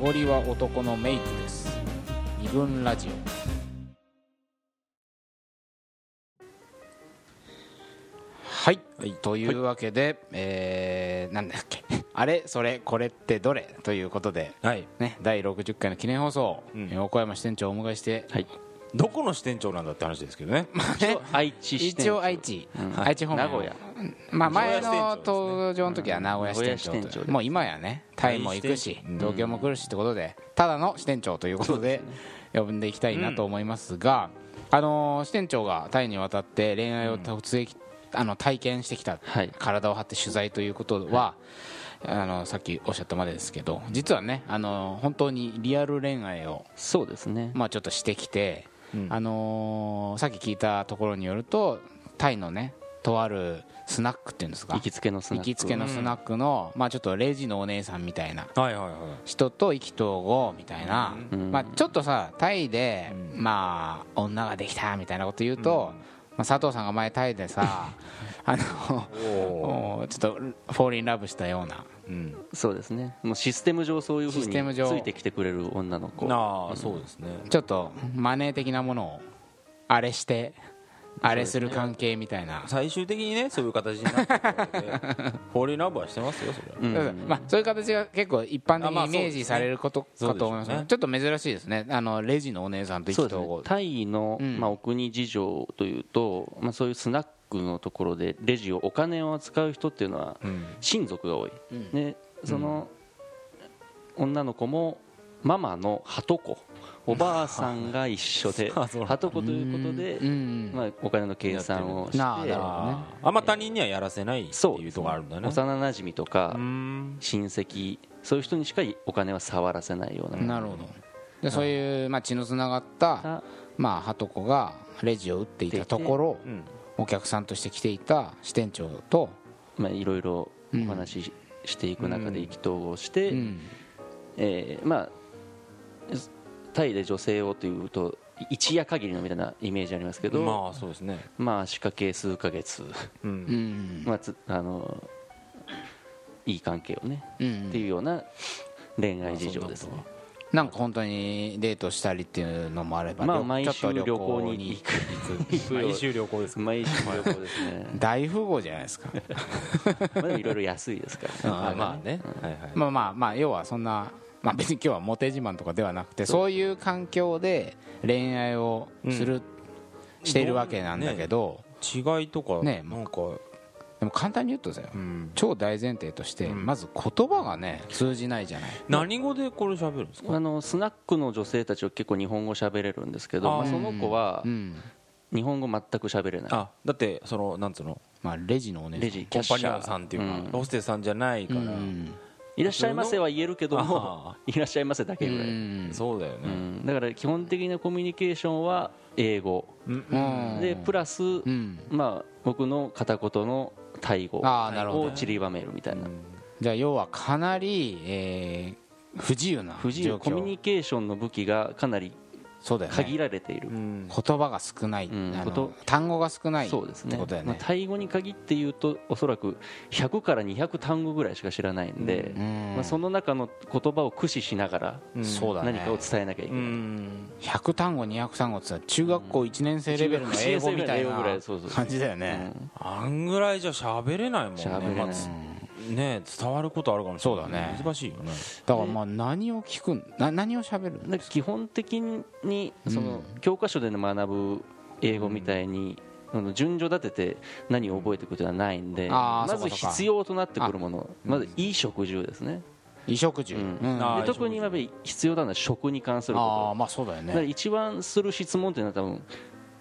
ゴリは男のメイクです二分ラジオはい、というわけで、えーなんだっけ あれそれこれってどれということで、はい、ね、第60回の記念放送、うん横山支店長をお迎えして、はい、どこの支店長なんだって話ですけどね、ね愛知支店一応愛知、愛知方面名古屋まあ、前名の古屋支店長ですね登場の時は名古屋支店名古屋長支店長とですもう今やねタイも行くし大支東京も来るしってことでただの支店長ということで呼んでいきたいなと思いますが、あのー支店長がタイに渡って恋愛を突撃、あの体験してきた、はい体を張って取材ということは、あのさっきおっしゃったまでですけど実はねあのー本当にリアル恋愛をそうですね、まあ、ちょっとしてきて、あのーさっき聞いたところによるとタイのねとあるスナックっていうんですか行きつけのスナッ行クきつけのスナックの、まあ、ちょっとレジのお姉さんみたいな はいはいは人と意気投合みたいな、まあ、ちょっとさタイで、まあ、女ができたみたいなこと言うと、まあ、佐藤さんが前タイで さあのい、おおちょっとフォーリンラブしたようなうん、そうですねもうシステム上そういうふうシスにテムつ上いてきてくれる女の子ああ、そうですね、ちょっとマネー的なものをあれしてあれする関係みたいな。最終的にね、そういう形になってくるの で、フォーリンラブはしてますよ、それは。うんまあ、そういう形が結構一般的あまにあイメージされることそうかですねと思います,、そうでしょうねちょっと珍しいですねあのレジのお姉さんと意そう気です投ね合、タイの、うんまあ、お国事情というと、まあ、そういうスナックのところでレジをお金を扱う人っていうのはうん親族が多い、うんでその女の子もママの鳩子おばあさんが一緒 であそうなんだ鳩子ということでうん、うんまあ、お金の計算をしてなあなるほどねあーあんま他人にはやらせないってそういうところあるんだね。幼なじみとかうん親戚そういう人にしかお金は触らせないようななるほどでそういう、まあ、血のつながった、まあ、鳩子がレジを打っていたところうんお客さんとして来ていた支店長と、まあいろいろお話ししていく中で意気投合して、うんえーまあタイで女性をというと一夜限りのみたいなイメージありますけど、ままあそうですね、あ、仕掛け数ヶ月、ううんんまあ、つあのいい関係をね、うんっていうような恋愛事情ですね、なんか本当にデートしたりっていうのもあれば、まあ旅毎ちょ週っと旅行に行く毎週旅行です毎週旅行ですね 大富豪じゃないですかまあでもいろいろ安いですから、あーまあね、はいはいまあまあまあ要はそんな、まあ、別に今日はモテ自慢とかではなくてそういう環境で恋愛をする、しているわけなんだけど、違いとか、ねなんか、でも簡単に言うとですようん超大前提として、うんまず言葉がね通じないじゃない、何語でこれ喋るんですかあのスナックの女性たちは結構日本語喋れるんですけどあーまあ、その子はうん日本語全く喋れない、あだってそのなんつうのまあ、レジのお姉さんレジコキャンッシパャーニオンさんっていうか、うんホステスさんじゃないから、うんいらっしゃいませは言えるけどもあいらっしゃいませだけぐらい、うんそうだよね、だから基本的なコミュニケーションは英語、うんでプラス、うんまあ、僕の片言のタイ語あーなるほどを散りばめるみたいな、じゃあ要はかなり、えー不自由な不自由状況コミュニケーションの武器がかなりそうだよね限られている、うん言葉が少ない、うんあのこと単語が少ないってそこうですねとだよまあね、タイ語に限って言うとおそらく100から200単語ぐらいしか知らないんで、うんまあ、その中の言葉を駆使しながらそうだね何かを伝えなきゃいけうない、ん100単語200単語ってさ中学校1年生レベルの英語みたい中学校一年生ぐらいの英語ぐらいそうそなう感じだよねあんぐらいじゃ喋れないもんね喋れないまあつね伝わることあるかもしれないそうだね難しいよねだからまあ何を聞くんな何を喋るなんか基本的にその教科書で学ぶ英語みたいにあの順序立てて何を覚えていくというのはないんであまーそずうかそうか必要となってくるものまず衣食住ですね衣食住、ううんんああーで特にやっぱり必要なのは食に関するこあまあそうだよとだからね一番する質問というのは多分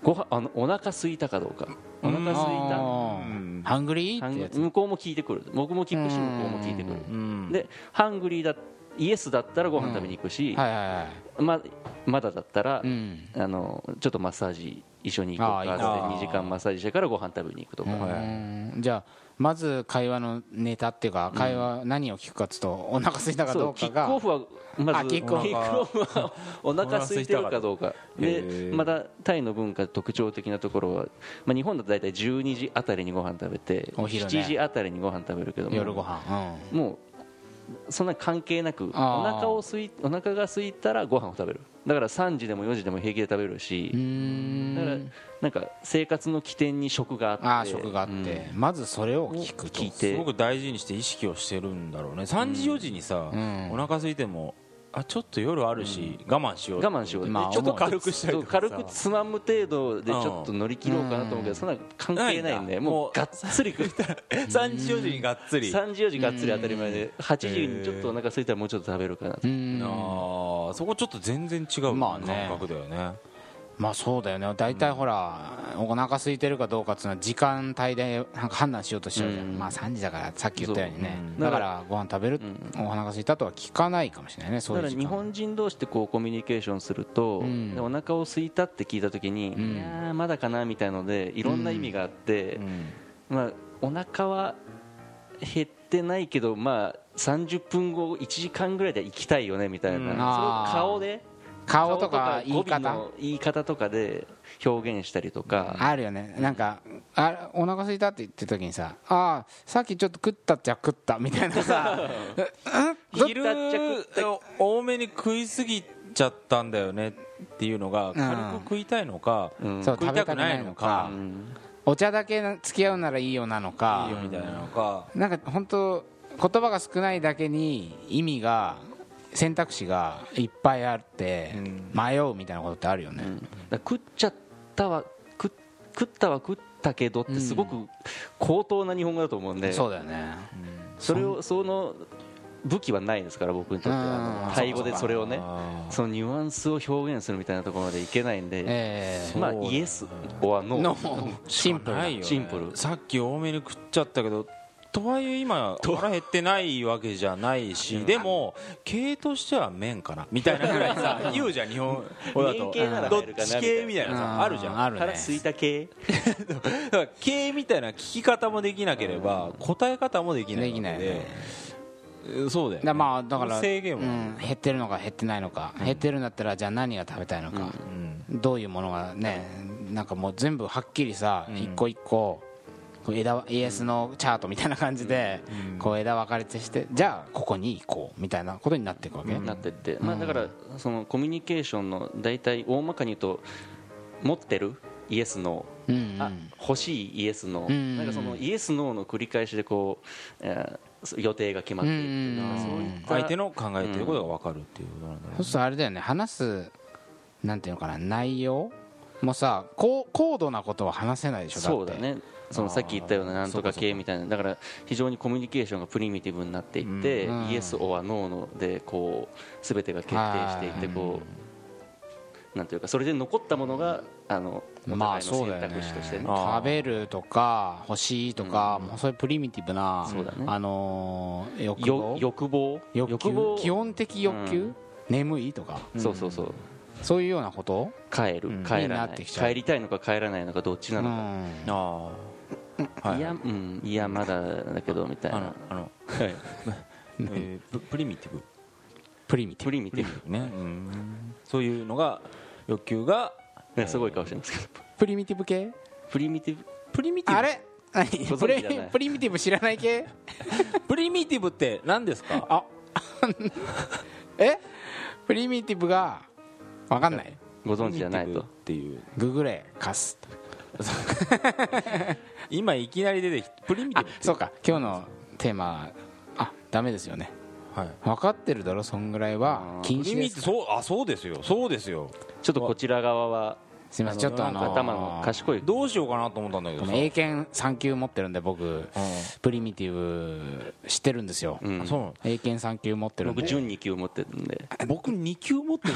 ごはあのお腹空いたかどうかお腹あ空ーハングリいたーってやつ向こうも聞いてくる僕も聞くし向こうも聞いてくうるんでハングリーだイエスだったらご飯食べに行くしはいはいはいままだだったらうんあのちょっとマッサージ一緒に行こうかっつあーいいなって2時間マッサージしてからご飯食べに行くとか、うんじゃあまず会話のネタっていうか会話何を聞くかっつうとお腹空いたかそどううキかックオがフはまあずキキッッククオオフフは お腹空いてるかどうかへでーまたタイの文化特徴的なところは、まあ、日本だと大体12時あたりにご飯食べてお昼ね7時あたりにご飯食べるけども夜ご飯もうそんな関係なくおあー腹をすいお腹が空いたらご飯を食べるだから3時でも4時でも平気で食べるしうーんだからなんか生活の起点に食があああって食があって、まずそれを聞くと聞いすてごく大事にして意識をしてるんだろうね3時4時にさ、うんお腹空いてもあちょっと夜あるし、我慢しよう我慢しよう、まあちょっと思うよ軽軽くくしたりとかさ軽くつまむ程度でちょっと乗り切ろうかなと思うけど、うんそんなの関係ないんで、うんももううがっつり食ったら3時4時にがっつり、あ3時4時がっつり当たり前で8時にちょっとお腹空いたらもうちょっと食べるかなとうーんーそこちょっと全然違うまあ感ね覚だよね,、まあそうだよね大体ほら、お腹空いてるかどうかっていうのは時間帯でなんか判断しようとしちゃうじゃん、うんまあ3時だからさっき言ったようにね、そううんだからご飯食べる、お腹空いたとは聞かないかもしれないねそうだいかうら時日間本人同士でこうコミュニケーションすると、うんでお腹を空いたって聞いた時に、んいやーまだかなみたいのでいろんな意味があって、まあ、お腹は減ってないけど、まあ、30分後1時間ぐらいで行きたいよねみたいな、うんそれをあー顔で顔とか言い語尾方の言い方とかで表現したりとか、あるよねなんかあお腹空いたって言ってた時にさああさっきちょっと食ったっちゃ食ったみたいなさ昼多めに食いすぎちゃったんだよねっていうのが軽く食いたいのか、うんそう食いたくないのか食べたくないのかうんお茶だけ付き合うならいいよなのかいいよみたいなのか、なんか本当言葉が少ないだけに意味が選択肢がいっぱいあってうん迷うみたいなことってあるよね、だから食っちゃったは食っ食ったは食ったけどってすごく高等な日本語だと思うんで、そうだよねそれをその武器はないですから僕にとってうはんあのタイ語でそれをねあーそのニュアンスを表現するみたいなところまでいけないんで、ええまあそうだねイエスはノーのシンプルなないよねシンプルさっき多めに食っちゃったけど とはいえ今腹減ってないわけじゃないしでも系としては麺かなみたいなぐらいさ 言うじゃん日本語だ麺と系ならどっ入るかなち系みたいなうさあるじゃんあるね腹空いた系だから系みたいな聞き方もできなければ答え方もできないでわけきないよねでそうだだよねからまあだから制限はうん減ってるのか減ってないのか減ってるんだったらじゃあ何が食べたいのかうんどういうものがねなんかもう全部はっきりさん一個一個こう枝イエスのチャートみたいな感じでこう枝分かれてしてじゃあここに行こうみたいなことになっていくわけなってって、まあ、だからそのコミュニケーションの大体大まかに言うと持ってるイエスノうーんうんあ欲しいイエスノうーんなんかそのイエスノーの繰り返しでこう、えー予定が決まっているといううんかうんそういった相手の考えてることが分かるっていうことなんだよねそうするとあれだよね話すなんていうのかな内容もさこう高度なことは話せないでしょってそうだねそのさっき言ったようななんとか系みたいなだから非常にコミュニケーションがプリミティブになっていって、うんイエス・オア・ノーのでこう全てが決定していってこうなんていうかそれで残ったものがあのおま互あいのそう選だよ択肢としてねね食べるとか欲しいとか、もうそういうプリミティブな、そうだねあのー欲よ望欲望欲求望基本的欲求、うん眠いとかそうそうそうそういうようなこと、帰るうん帰にらななっいてきちゃう帰りたいのか帰らないのかどっちなうのか、んああはいやうんいやまだだけどみたいあなのあのはい えーププリミティブプリミティプブリミティブね、うんそういうのが欲求がなんかすごい顔してるんですけどプリミティブ系プリミティブプリミティブあれ何存プ知レじゃないプリミティブ知らない系プリミティブって何ですか あえプリミティブが分かんないご存知じゃないプリミとティブっていうググれカス今いきなり出てきてプリミティあブそうか今日のテーマあダメですよねはい分かってるだろそんぐらいは禁プリ止ミでティすブそうあそうですよそうですよちょっとこちら側はすみませんちょっとあのー頭の賢いどうしようかなと思ったんだけどこさの英検3級持ってるんで僕プリミティブ知ってるんですよ、うんあそうなの英検3級持ってるん僕で準2級持ってるんで僕2級持 ってる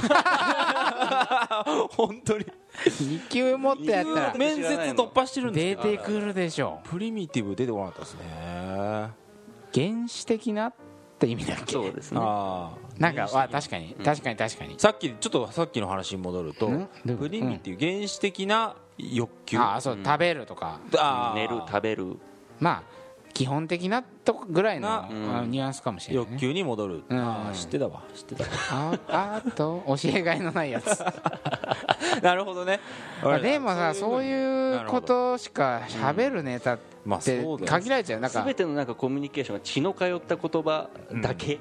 本当に2級持ってやったら面接突破してるんです出けどてくるでしょプリミティブ出てこなかったですねあ原始的なって意味だっけそうですねあなんかわ確かに確かに確かに、さっきちょっとさっきの話に戻るとんどういうことプリミティブ原始的な欲求ああそう、食べるとかあー寝る食べるまあ基本的なとこぐらいのなあのニュアンスかもしれない、欲ね、求に戻る、うんああ知ってたわ知ってたわ ああと教えがいのないやつなるほどねあでもさそうういうことしか喋るネタっまあそうてだよね限られちゃうなんか全てのなんかコミュニケーションが血の通った言葉だけ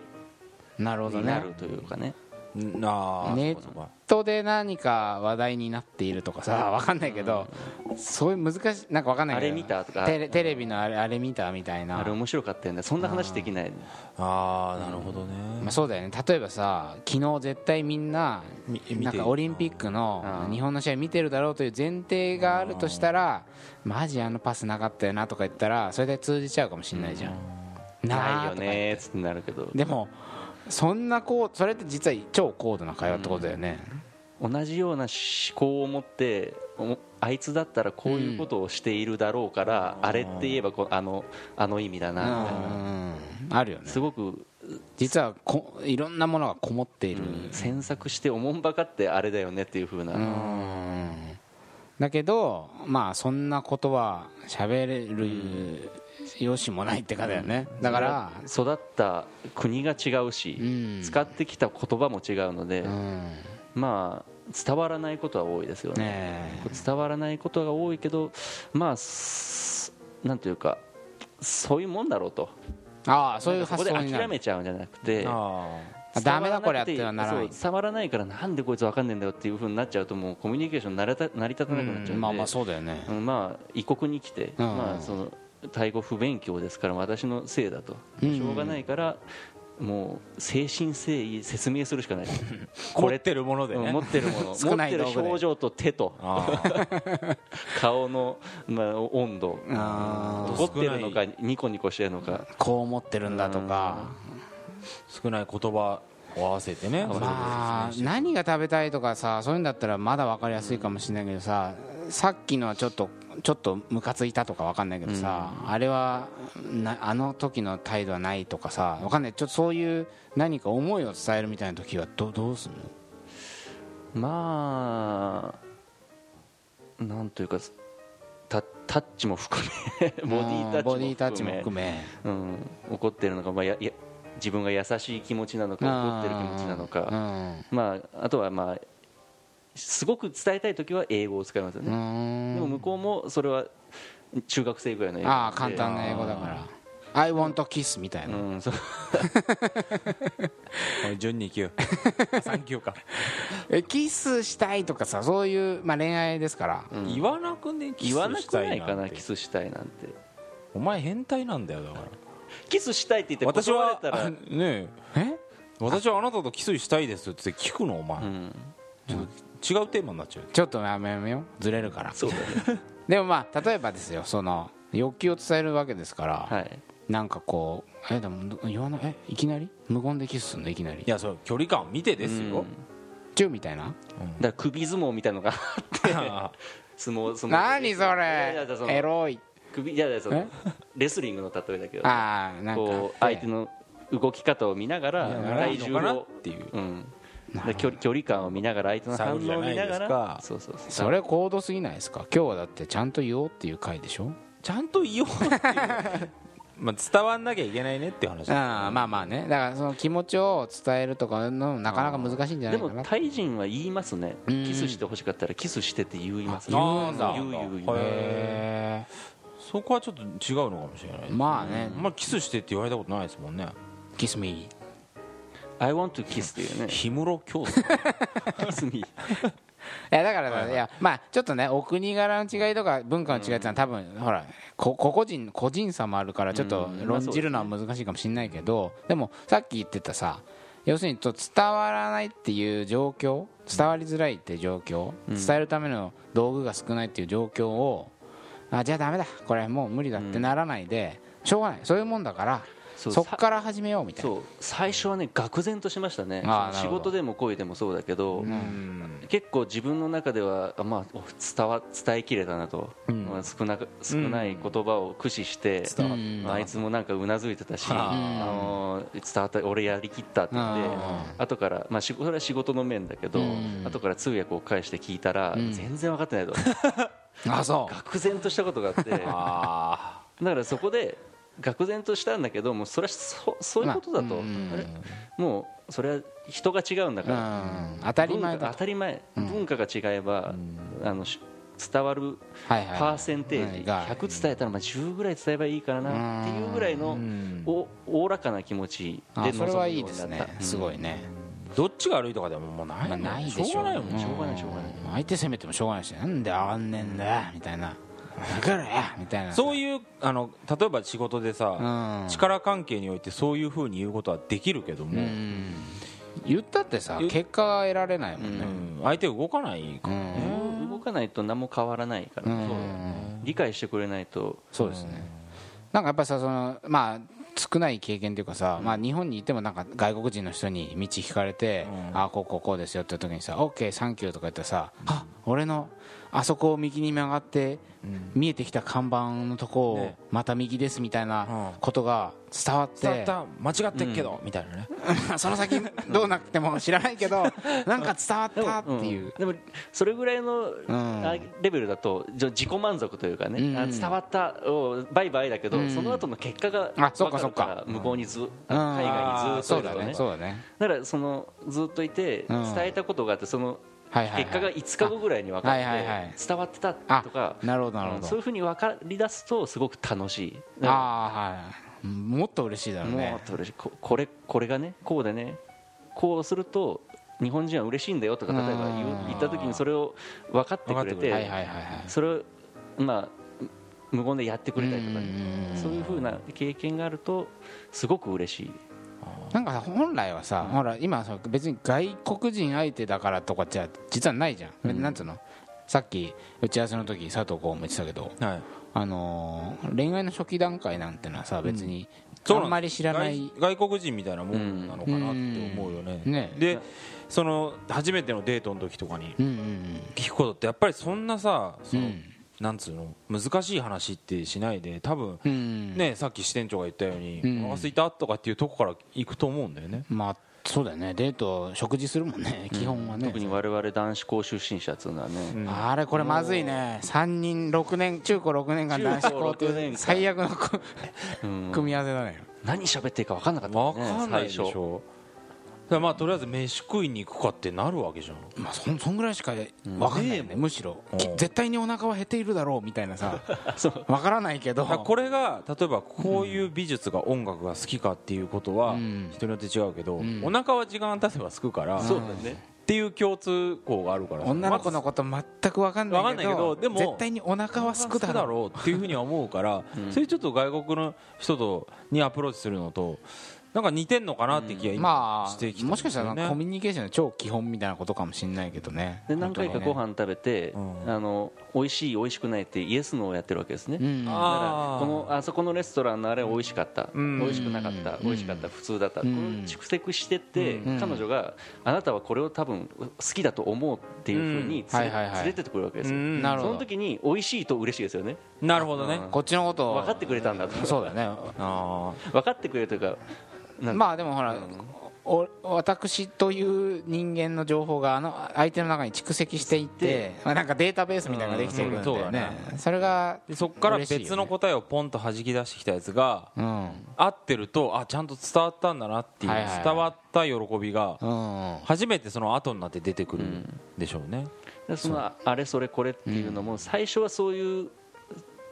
なるほどになねるというかねうんああねそうかそうか人で何か話題になっているとかさわかんないけど、そういう難しいなんかわかんないけどあれ見たとかテレテレビのあれあれ見たみたいなあれ面白かったよねそんな話できないああなるほどね、まあ、そうだよね例えばさ昨日絶対みんなみ見てるなんかオリンピックのうん日本の試合見てるだろうという前提があるとしたらマジあのパスなかったよなとか言ったらそれで通じちゃうかもしれないじゃん、ななあいよとか言ねってつってなるけどでもそんなこうそれって実は超高度な会話ってことだよね、同じような思考を持っておあいつだったらこういうことをしているだろうから、あれって言えばこうあのあの意味だうんなみたいな、あるよねすごく実はこいろんなものがこもっている、詮索しておもんばかってあれだよねっていうふうな、うんだけどまあそんなことは喋れるよしもないってかだよねだから育った国が違うし、うん使ってきた言葉も違うので、うんまあ伝わらないことは多いですよねねえ伝わらないことが多いけどまあすなんていうかそういうもんだろうとああそういうそこ発で想にな諦るめちゃうんじゃなくてああダメだこれやってはならないそう伝わらないからなんでこいつわかんねえんだよっていうふうになっちゃうともうコミュニケーションなれた成り立たなくなっちゃうんで、まあまあそうだよねうんまあ異国に来て、うんまあ、そのタイ語不勉強ですから私のせいだとしうんょうがないからもう誠心誠意説明するし かないあこれってるものでうねん持ってるもの持少っないて道具るで表情と手とあ 顔の、まあ、温度あ怒ってるのかニコニコしてるのかあこう思ってるんだとかあ少ない言葉を合わせてねまあ何が食べたいとかさそういうんだったらまだ分かりやすいかもしれないけどささっきのはちょっとちょっとムカついたとか分かんないけどさあれはなあの時の態度はないとかさ分かんないちょっとそういう何か思いを伝えるみたいな時はどどうするのまあなんというかタタッチも含めボディタッチも含めボディタッチも含めうん、怒ってるのか、まあ、やや自分が優しい気持ちなのか怒ってる気持ちなのかまあ、あとは、まあ、すごく伝えたい時は英語を使いますようんうね、でんも向こうもそれは中学生ぐらいの英語ああなん簡で単な英語だから「I want to kiss」みたいな、うん、そうおい順に行きよ三級かえキスしたいとかさそういう、まあ、恋愛ですから、言わなくねキス言わなしくたないいかななキスしたいなんてお前変態なんだよだからキスしたいって言って私断られはたら、ねええ私はあなたとキスしたいですって聞くのお前、うん、ちょ違うテーマになっちゃうちょっとやめやめようずれるからそうだねでもまあ例えばですよその欲求を伝えるわけですから、はいなんかこうえでもど言わないえいきなり無言でキスすんのいきなりいやそう距離感を見てですよ、チューみたいなだから首相撲みたいなのが あ相撲相撲何そいやいれやそのエロい首いやいやそのえレスリングの例えだけどああなんかこう相手の動き方を見ながらあ体重のかなっを、ていううん、で距離距離感を見ながら相手の反応を見なサウがナじゃないらですそうそうそうそれ行動すぎないですか今日はだってちゃんと言おうっていう回でしょちゃんと言おうっていうまあ伝わんなきゃいけないねっていう話ああまあまあねだからその気持ちを伝えるとかのなかなか難しいんじゃなでいかなもタイ人は言いますねんキスしてほしかったらキスしてって言いますねあなんだ言う言う言うへえへそこはちょっと違うのかもしれないーまあねまあキスしてって言われたことないですもんね「キスミ I want to kiss って いうね氷室京介 kiss me いやだからさ、いやまあちょっとねお国柄の違いとか文化の違いってのは多分、ほらこ個々人個人差もあるからちょっとうん論じるのは難しいかもしれないけど、でもさっき言ってたさ要するにちょっと伝わらないっていう状況伝わりづらいっていう状況、伝えるための道具が少ないっていう状況をあじゃあダメだこれもう無理だってならないで、しょうがないそういうもんだからそそうっから始めようみたいなそう最初はね愕然としましたねあーな仕るほど事でも恋でもそうだけど、結構自分の中では、あまあ、お伝わ伝えきれたなと、まあ、少なく少ない言葉を駆使して、うんまああいつもなんかうなずいてたし、あのー伝わった俺やりきったって言って、う後から、まあ、仕事それは仕事の面だけど、うん後から通訳を返して聞いたら、ん全然分かってないとあそう 愕然としたことがあってだかああらそこで愕然としたんだけどもうそれはそそういうことだと、まあうんあれもうそれは人が違うんだうから、ん当たり前文化だ当たり前、文化が違えば、あのし伝わるはいはいパーセンテはーいジが100伝えたらまあ10ぐらい伝えればいいからなっていうぐらいのおおおらかな気持ちあでそれ臨むよはいいうでにすなったねすごいねどっちが悪いとかでももうないまあもんないでしょしょうがないもんんしょうがないしょうがない相手攻めてもしょうがないしなんで上がんねえんだよみたいなだからよみたいなそういいうあの例えば仕事でさ、ん力関係においてそういうふうに言うことはできるけども、うん言ったってさ言う結果が得られないもんうねん相手動かないからね、動動かないと何も変わらないから、うん理解してくれないとそうですねなんかやっぱりさそのまあ少ない経験というかさ、まあ、日本にいてもなんか外国人の人に道聞かれて、ああこうこうこうですよって時にさ「OK サンキュー」とか言ったらさ「あ俺のあそこを右に曲がって、見えてきた看板のとこをねまた右です」みたいなうんことが伝わって、伝わった間違ってっけど、みたいなねその 先どうなっても知らないけどなんか伝わったっていう、でもそれぐらいのんあレベルだとじゃ自己満足というかね、うんあ伝わったおバイバイだけど、その後の結果があそっか分かそっるかから向こうにず、うん海外にずそっうとだいるとねねそうだねだからそのずっといてうん伝えたことがあってそのはいはい、結果はがい、 5日後ぐらいに分かっはいはいはいて伝わってたあとかなるほどなるほうんど、そういうふうに分かり出すとすごく楽しいだかああはいもっと嬉しいだらろうもねっと嬉しいここれこれがねこうでねこうすると日本人は嬉しいんだよとか例えば言ううん言った時にそれを分かってく分れかってくれてるはいはいはいはいそれをまあ無言でやってくれたりとかねうんそういうふうな経験があるとすごく嬉しいなんかさ本来はさ、ほら今さ別に外国人相手だからとかじゃ実はないじゃん、なんつうのさっき打ち合わせの時佐藤君も言ってたけど、はいあのー恋愛の初期段階なんてのはさ別にあそうなんですんまり知らない外外国人みたいなもんなのかなって思うよね,、うんねでその初めてのデートの時とかにうんうん聞くことってやっぱりそんなさその、うんなんつうの難しい話ってしないで多分、うんうんねさっき支店長が言ったように「うんお腹すいた?」とかっていうとこから行くと思うんだよねまあそうだよねデート食事するもんね基本はね、特に我々男子校出身者っていうのはねあれこれまずいね3人6年中高6年間男子校って中高六い年う間最悪のこ組み合わせだね何喋っていいか分かんなかったも分ねかんないでし最初ょだからまあとりあえず飯食いに行くかってなるわけじゃんまあそんそんぐらいしか分かんないよねむしろきうん絶対にお腹は減っているだろうみたいなさ分からないけどだからこれが例えばこういう美術が音楽が好きかっていうことはん人によって違うけど、んお腹は時間経てばすくから、そうっだねていう共通項があるから女の子のまこと全く分かんずわないかんけないけどどでも絶対にお腹はすくだろううっていうふうには思うから、それちょっと外国の人とにアプローチするのとなんか似てんのかなって気が今ましてきあた、もしかしたらなんかコミュュニケーションの超基本みたいなことかもしれないけどねで何回かご本飯食べて、うんあの美味しい美味しくないってイエスノーをやってるわけですね、当にねうんあだからーこのあそこのレストランのあれ美味しかった、ん美味しくなかった、うん美味しかった普通だった、んこの蓄積してって、ん彼女があなたはこれを多分好きだと思うっていうふううにん連れ,、はいはいはい連れてってくるわけですよ、うんなるほそどの時に美味しいと嬉しいですよねなるほどねこっちのことを分かってくれたんだと そうだねあー分かってくれるというかなんまあでもほら、お私という人間の情報があの相手の中に蓄積していって、まあ、なんかデータベースみたいなのができているんだよね,、うんそうだそれがでそこから嬉しいよね別の答えをポンと弾き出してきたやつがうん、合ってるとあちゃんと伝わったんだなっていうはいはいはい伝わった喜びがうん、初めてその後になって出てくるでしょうね、でそのあれそれこれっていうのも最初はそういう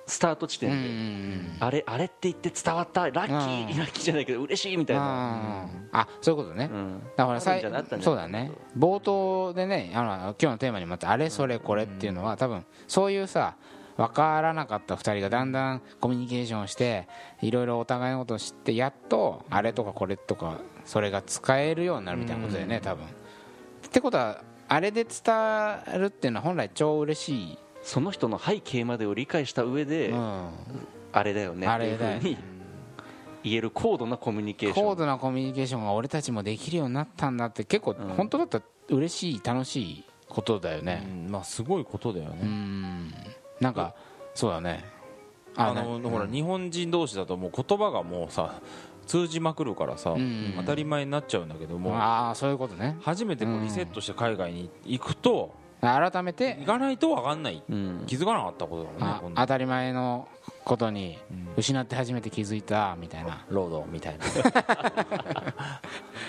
スタート地点で、あれあれって言って伝わったラッキー、うんラッキーじゃないけど嬉しいみたいな、あそういうことね、うんだからさあるんじゃなかったんじゃそうなだいかなね冒頭でねあの今日のテーマにもあったあれそれこれっていうのは多分そういうさ分からなかった2人がだんだんコミュニケーションをしていろいろお互いのことを知ってやっとあれとかこれとかそれが使えるようになるみたいなことだよね多分。ってことはあれで伝わるっていうのは本来超嬉しい、その人の背景までを理解した上で、うん、あれだよねあっれていうふだように言える高度なコミュニケーショ高ン度なコミュニケーションが俺たちもできるようになったんだって結構本当だったら嬉しい楽しいことだよね。うんまあすごいことだよね、なんかそうだねあのほら日本人同士だともう言葉がもうさ通じまくるからさ、ん当たり前になっちゃうんだけども、ああそういうことね初めてこうリセットして海外に行くと改め行てかないと分かんない、うん気づかなかったことだもんねあこんな当たり前のことに失って初めて気づいたみたいな労働みたいな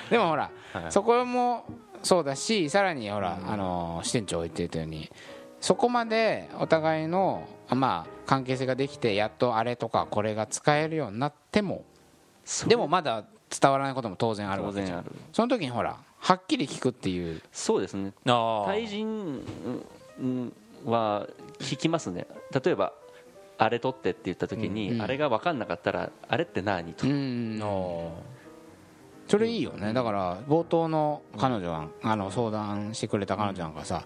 でもほらはいそこもそうだしさらにほらあの支店長言ってたようにそこまでお互いのまあ関係性ができてやっとあれとかこれが使えるようになってもそれでもまだ伝わらないことも当然ある当わけじ然ゃあんるその時にほらはっきり聞くっていうそうですねあ対人うんは聞きますね例えばあれ取ってって言った時に、うんあれが分かんなかったらあれって何と、うんそれいいよねだから冒頭の彼女はあの相談してくれた彼女なんかさ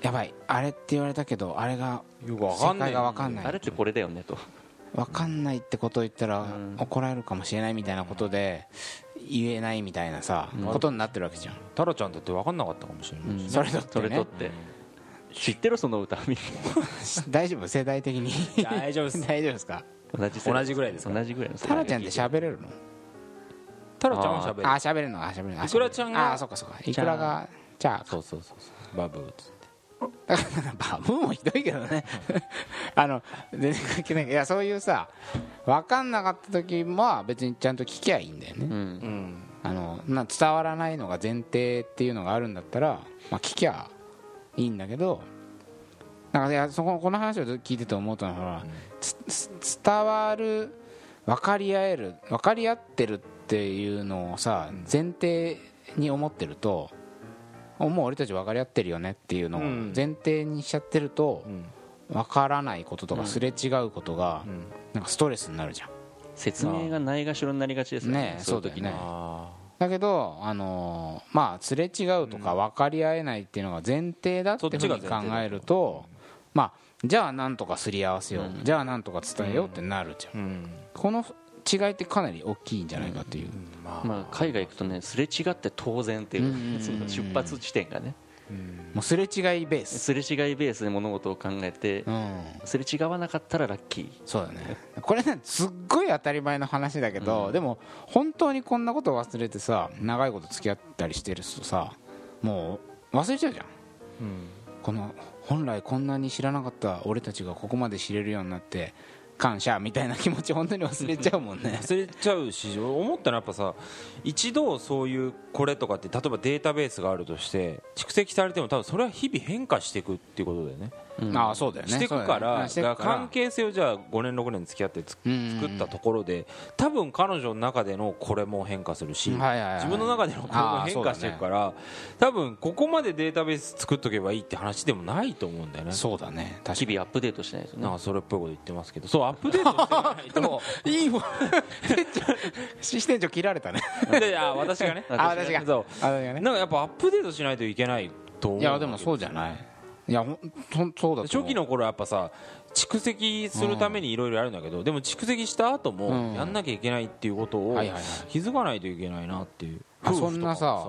やばいあれって言われたけどあれがよくわか世んない界が分かんなあれいってこれだよねと分かんないってことを言ったら怒られるかもしれないみたいなことで言えないみたいなさことになってるわけじゃんタラちゃんだって分かんなかったかもしれないし、それだってそれ取っねて、知ってるその歌みたいな大丈夫世代 的に大丈夫です大丈夫ですか同じ世代同じぐらいですか同じぐらいの世タラ代ちゃんって喋れるのタラちゃんは喋るあ喋れるのあ喋れるのあいくらちゃんがあそっかそっかいくらがじゃあそうそうそうそうバブーっつってバブーもひどいけどね あの全然関係ないいやそういうさ分かんなかった時は別にちゃんと聞きゃいいんだよね、うんあのな伝わらないのが前提っていうのがあるんだったら、まあ、聞きゃいいんだけどなんかいやそここの話を聞いてて思ったのはほら、つつ伝わる分かり合える分かり合ってるっていうのをさ前提に思ってるともう俺たち分かり合ってるよねっていうのをうん前提にしちゃってるとん分からないこととかすれ違うことがなんかストレスになるじゃん。説明がないがしろになりがちですよねねえそういう時そうだよねねあだけど、あのーまあ、すれ違うとか分かり合えないっていうのが前提だってそいっうちふがうに考えると、まあ、じゃあなんとかすり合わせよう、じゃあなんとか伝えようってなるじゃん、あうんこの違いってかなり大きいんじゃないかという、まあ、まあ、海外行くとねすれ違って当然っていう、その出発地点がねもうすれ違いベース、すれ違いベースで物事を考えて、うん、すれ違わなかったらラッキーそうだねこれねすっごい当たり前の話だけど、でも本当にこんなこと忘れてさ長いこと付き合ったりしてるとさもう忘れちゃうじゃんうんこの本来こんなに知らなかった俺たちがここまで知れるようになって感謝みたいな気持ち本当に忘れちゃうもんね忘れちゃうし思ったのはやっぱさ一度そういうこれとかって例えばデータベースがあるとして蓄積されても多分それは日々変化していく っていうことだよねああそうだよねしていくからだそうだよねから関係性をじゃあ5年6年付き合ってつうんうんうん作ったところで多分彼女の中でのこれも変化するしはいはいはい自分の中でのこれも変化していくから多分ここまでデータベース作っとけばいいって話でもないと思うんだよねそうだね確日か に々アップデートしないとねなんかそれっぽいこと言ってますけどそうアップデートしていかないと いいもん支店長切られた ねいやいや私がねあ私がそうあれがねなんかやっぱアップデートしないといけないと思ういやでもそうじゃいないいやほんほんそうだと思う初期の頃はやっぱさ蓄積するためにいろいろあるんだけど、でも蓄積した後うもんやんなきゃいけないっていうことをはいはいはい気づかないといけないなっていう、あ夫婦とそかもんなさ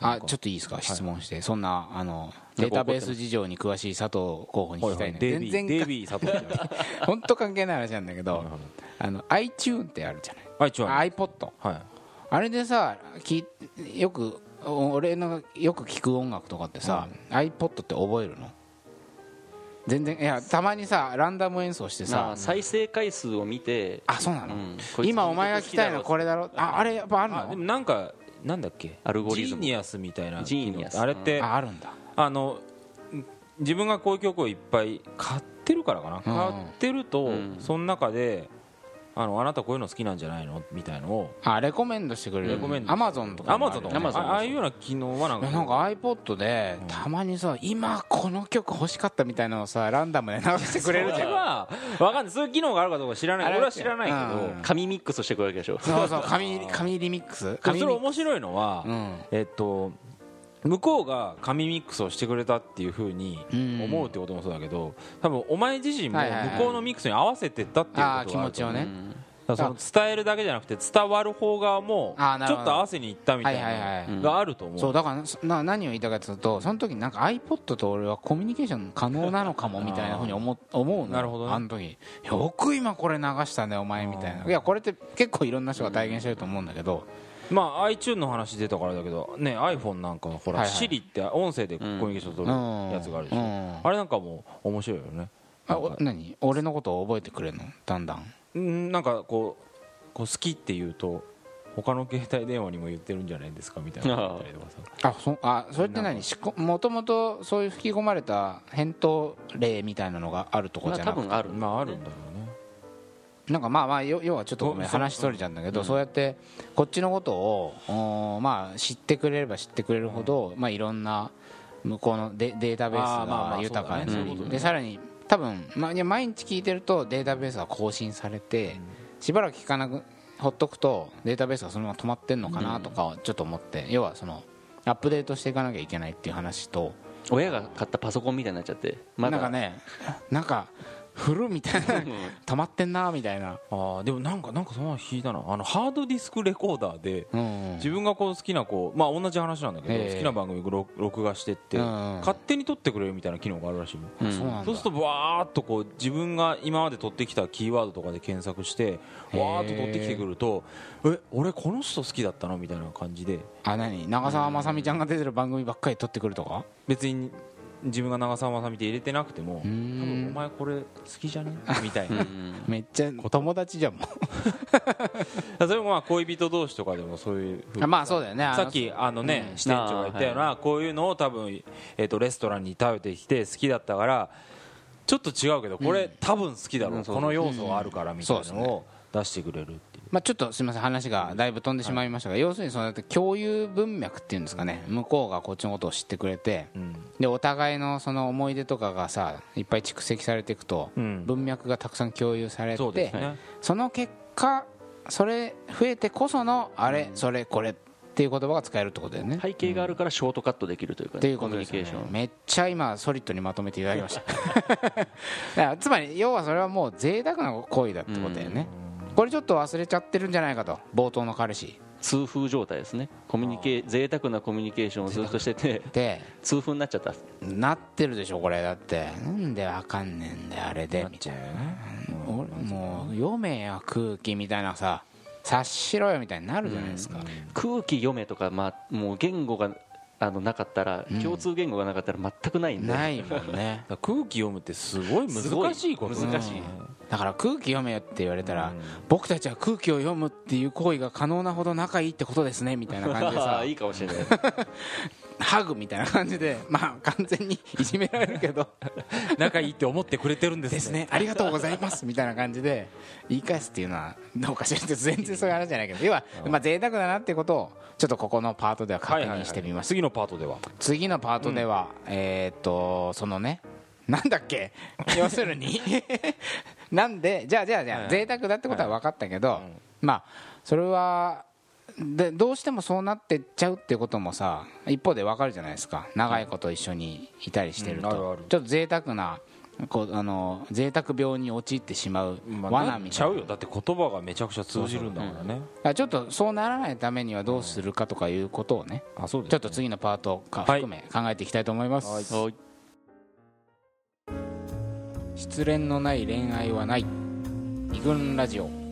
あんかちょっといいですか質問してそんなあのデータベース事情に詳しい佐藤候補に聞きたいねはいはいデイビー全デイ然ビー佐藤って 言って本当関係ない話なんだけどあの iTune ってあるじゃないあ一応あ iPod るはいあれでさきよくお俺のよく聞く音楽とかってさ、iPod って覚えるの全然いやたまにさランダム演奏してまさあ再生回数を見て、あそうなの、うん今お前が聞きたいのはこれだろああれやっぱあるのあでもなんかなんだっけアルゴリズムジーニアスみたいなジーニアスあれってああるんだあの自分がこういう曲をいっぱい買ってるからかな、うん買ってると、うんその中であのあなたこういうの好きなんじゃないのみたいのをあレコメンドしてくれるレコメンドアマゾンとかアもマあるゾンとよかね Amazon あああいうような機能はなんいかやなんか iPod でたまにさ今この曲欲しかったみたいなのをさランダムで流してくれるじそゃれんはわかんないそういう機能があるかどうか知らないあれ俺は知らないけど、うん紙ミックスしてくるわけでしょそうそう紙紙リミックスでも紙そミれック面白いのは、うんえっと向こうが紙ミックスをしてくれたっていうふうにうん思うってこともそうだけど多分お前自身もはいはいはい向こうのミックスに合わせてったってスいうことあがあ気持ちをね、だからその伝えるだけじゃなくて伝わる方側もあーなちるょほっどと合わせにいったみたいはいはいはいなのがあると思う,、そうだからそな何を言いたかというとその時なんか iPod と俺はコミュニケーション可能なのかもみたいなふうに思思うのなるほどねあの時よく今これ流したねお前みたいあなーいやこれって結構いろんな人が体現してると思うんだけどまあ iTune の話出たからだけどね iPhone なんかほら、はいはい Siri って音声でコミュニケーション取るやつがあるでしょ、うんうんあれなんかも面白いよねあお何俺のことを覚えてくれるのだんだんうんなんかこうこう好きって言うと他の携帯電話にも言ってるんじゃないですかみたいなこと言ったりとか さあそあそれって何しこもともとそういう吹き込まれた返答例みたいなのがあるとこまあじゃ多なく分あるんだまああるんだろうねなんかまあまあよ要はちょっとごめんそう話取れちゃうんだけど、そうやってこっちのことをおーまあ知ってくれれば知ってくれるほど、まあいろんな向こうのデデータベーあースまあまあが豊かにそなり、うだねそういうことねでさらに多分、まあ、いや毎日聞いてるとデータベースが更新されて、しばらく聞かなくほっとくとデータベースがそのまま止まってんのかなとかはちょっと思って、要はそのアップデートしていかなきゃいけないっていう話と、親が買ったパソコンみたいになっちゃってまなんかだねなんか古みたい な溜まってんなみたいな。ああでもなんかなんかその話聞いたなあのハードディスクレコーダーでうんうん自分がこう好きなこうまあ同じ話なんだけど、ええ好きな番組を録録画してって、うん勝手に撮ってくれるみたいな機能があるらしいの、うんそうなんだそうするとわーっとこう自分が今まで撮ってきたキーワードとかで検索してへーわーっと撮ってきてくるとえ俺この人好きだったのみたいな感じであ何長澤まさみちゃんが出てる番組ばっかり撮ってくるとか別に自分が長澤まさみって入れてなくても多うーん分お前これ好きじゃね みたいなめっちゃ友達じゃんもうそれもまあ恋人同士とかでもそういう風に あまあそうだよねあのさっきあのね支店長が言ったようあーなこういうのを多分えーとレストランに食べてきて好きだったからちょっと違うけどこれ多分好きだろううんそうこの要素があるからみたいなそうでのすを出してくれるっていうまあちょっとすみません話がだいぶ飛んでしまいましたが、要するにそうやって共有文脈っていうんですかね向こうがこっちのことを知ってくれてうんでお互いのその思い出とかがさいっぱい蓄積されていくと、うん文脈がたくさん共有されてそうですねその結果それ増えてこそのあれ、それこれっていう言葉が使えるってことだよね、背景があるからショートカットできるというかねっていうコこミとュでニすよケねーションめっちゃ今ソリッドにまとめていただき ましただからつまり要はそれはもう贅沢な行為だってことだよねこれちょっと忘れちゃってるんじゃないかと冒頭の彼氏痛風状態ですねコミュニケ贅沢なコミュニケーションをずっとしててで痛風になっちゃったなってるでしょこれだってなんでわかんねえんだよあれでみたいな俺もう読めや空気みたいなさ察しろよみたいになるじゃないですか、空気読めとか、まあ、もう言語があのなかったら、共通言語がなかったら全くないんでないもんねだから空気読むってすごいすご難しいことだね難しい、だから空気読めよって言われたら、僕たちは空気を読むっていう行為が可能なほど仲いいってことですねみたいな感じであさ あいいかもしれないハグみたいな感じでまあ完全にいじめられるけど仲いいって思ってくれてるんで ですすねねありがとうございますみたいな感じで言い返すっていうのはどうかしらって全然そういう話じゃないけど要はまあ贅沢だなってことをちょっとここのパートでは 確認してみました次のパートでは次のパートでは、えーっとそのねなんだっ け要するに なんでじゃあじゃあじゃあ、はい贅沢だってことは分かったけど、まあそれはでどうしてもそうなってっちゃうってこともさ一方で分かるじゃないですか長いこと一緒にいたりしてると、うんあるあるちょっと贅沢なこうあの贅沢病に陥ってしまうまあ罠なっみちたゃいなうよだって言葉がめちゃくちゃ通じるんだからだねからちょっとそうならないためにはどうするかとかいうことをねあそうですちょっと次のパートか含め考えていきたいと思います、おい失恋のない恋愛はない二軍ラジオ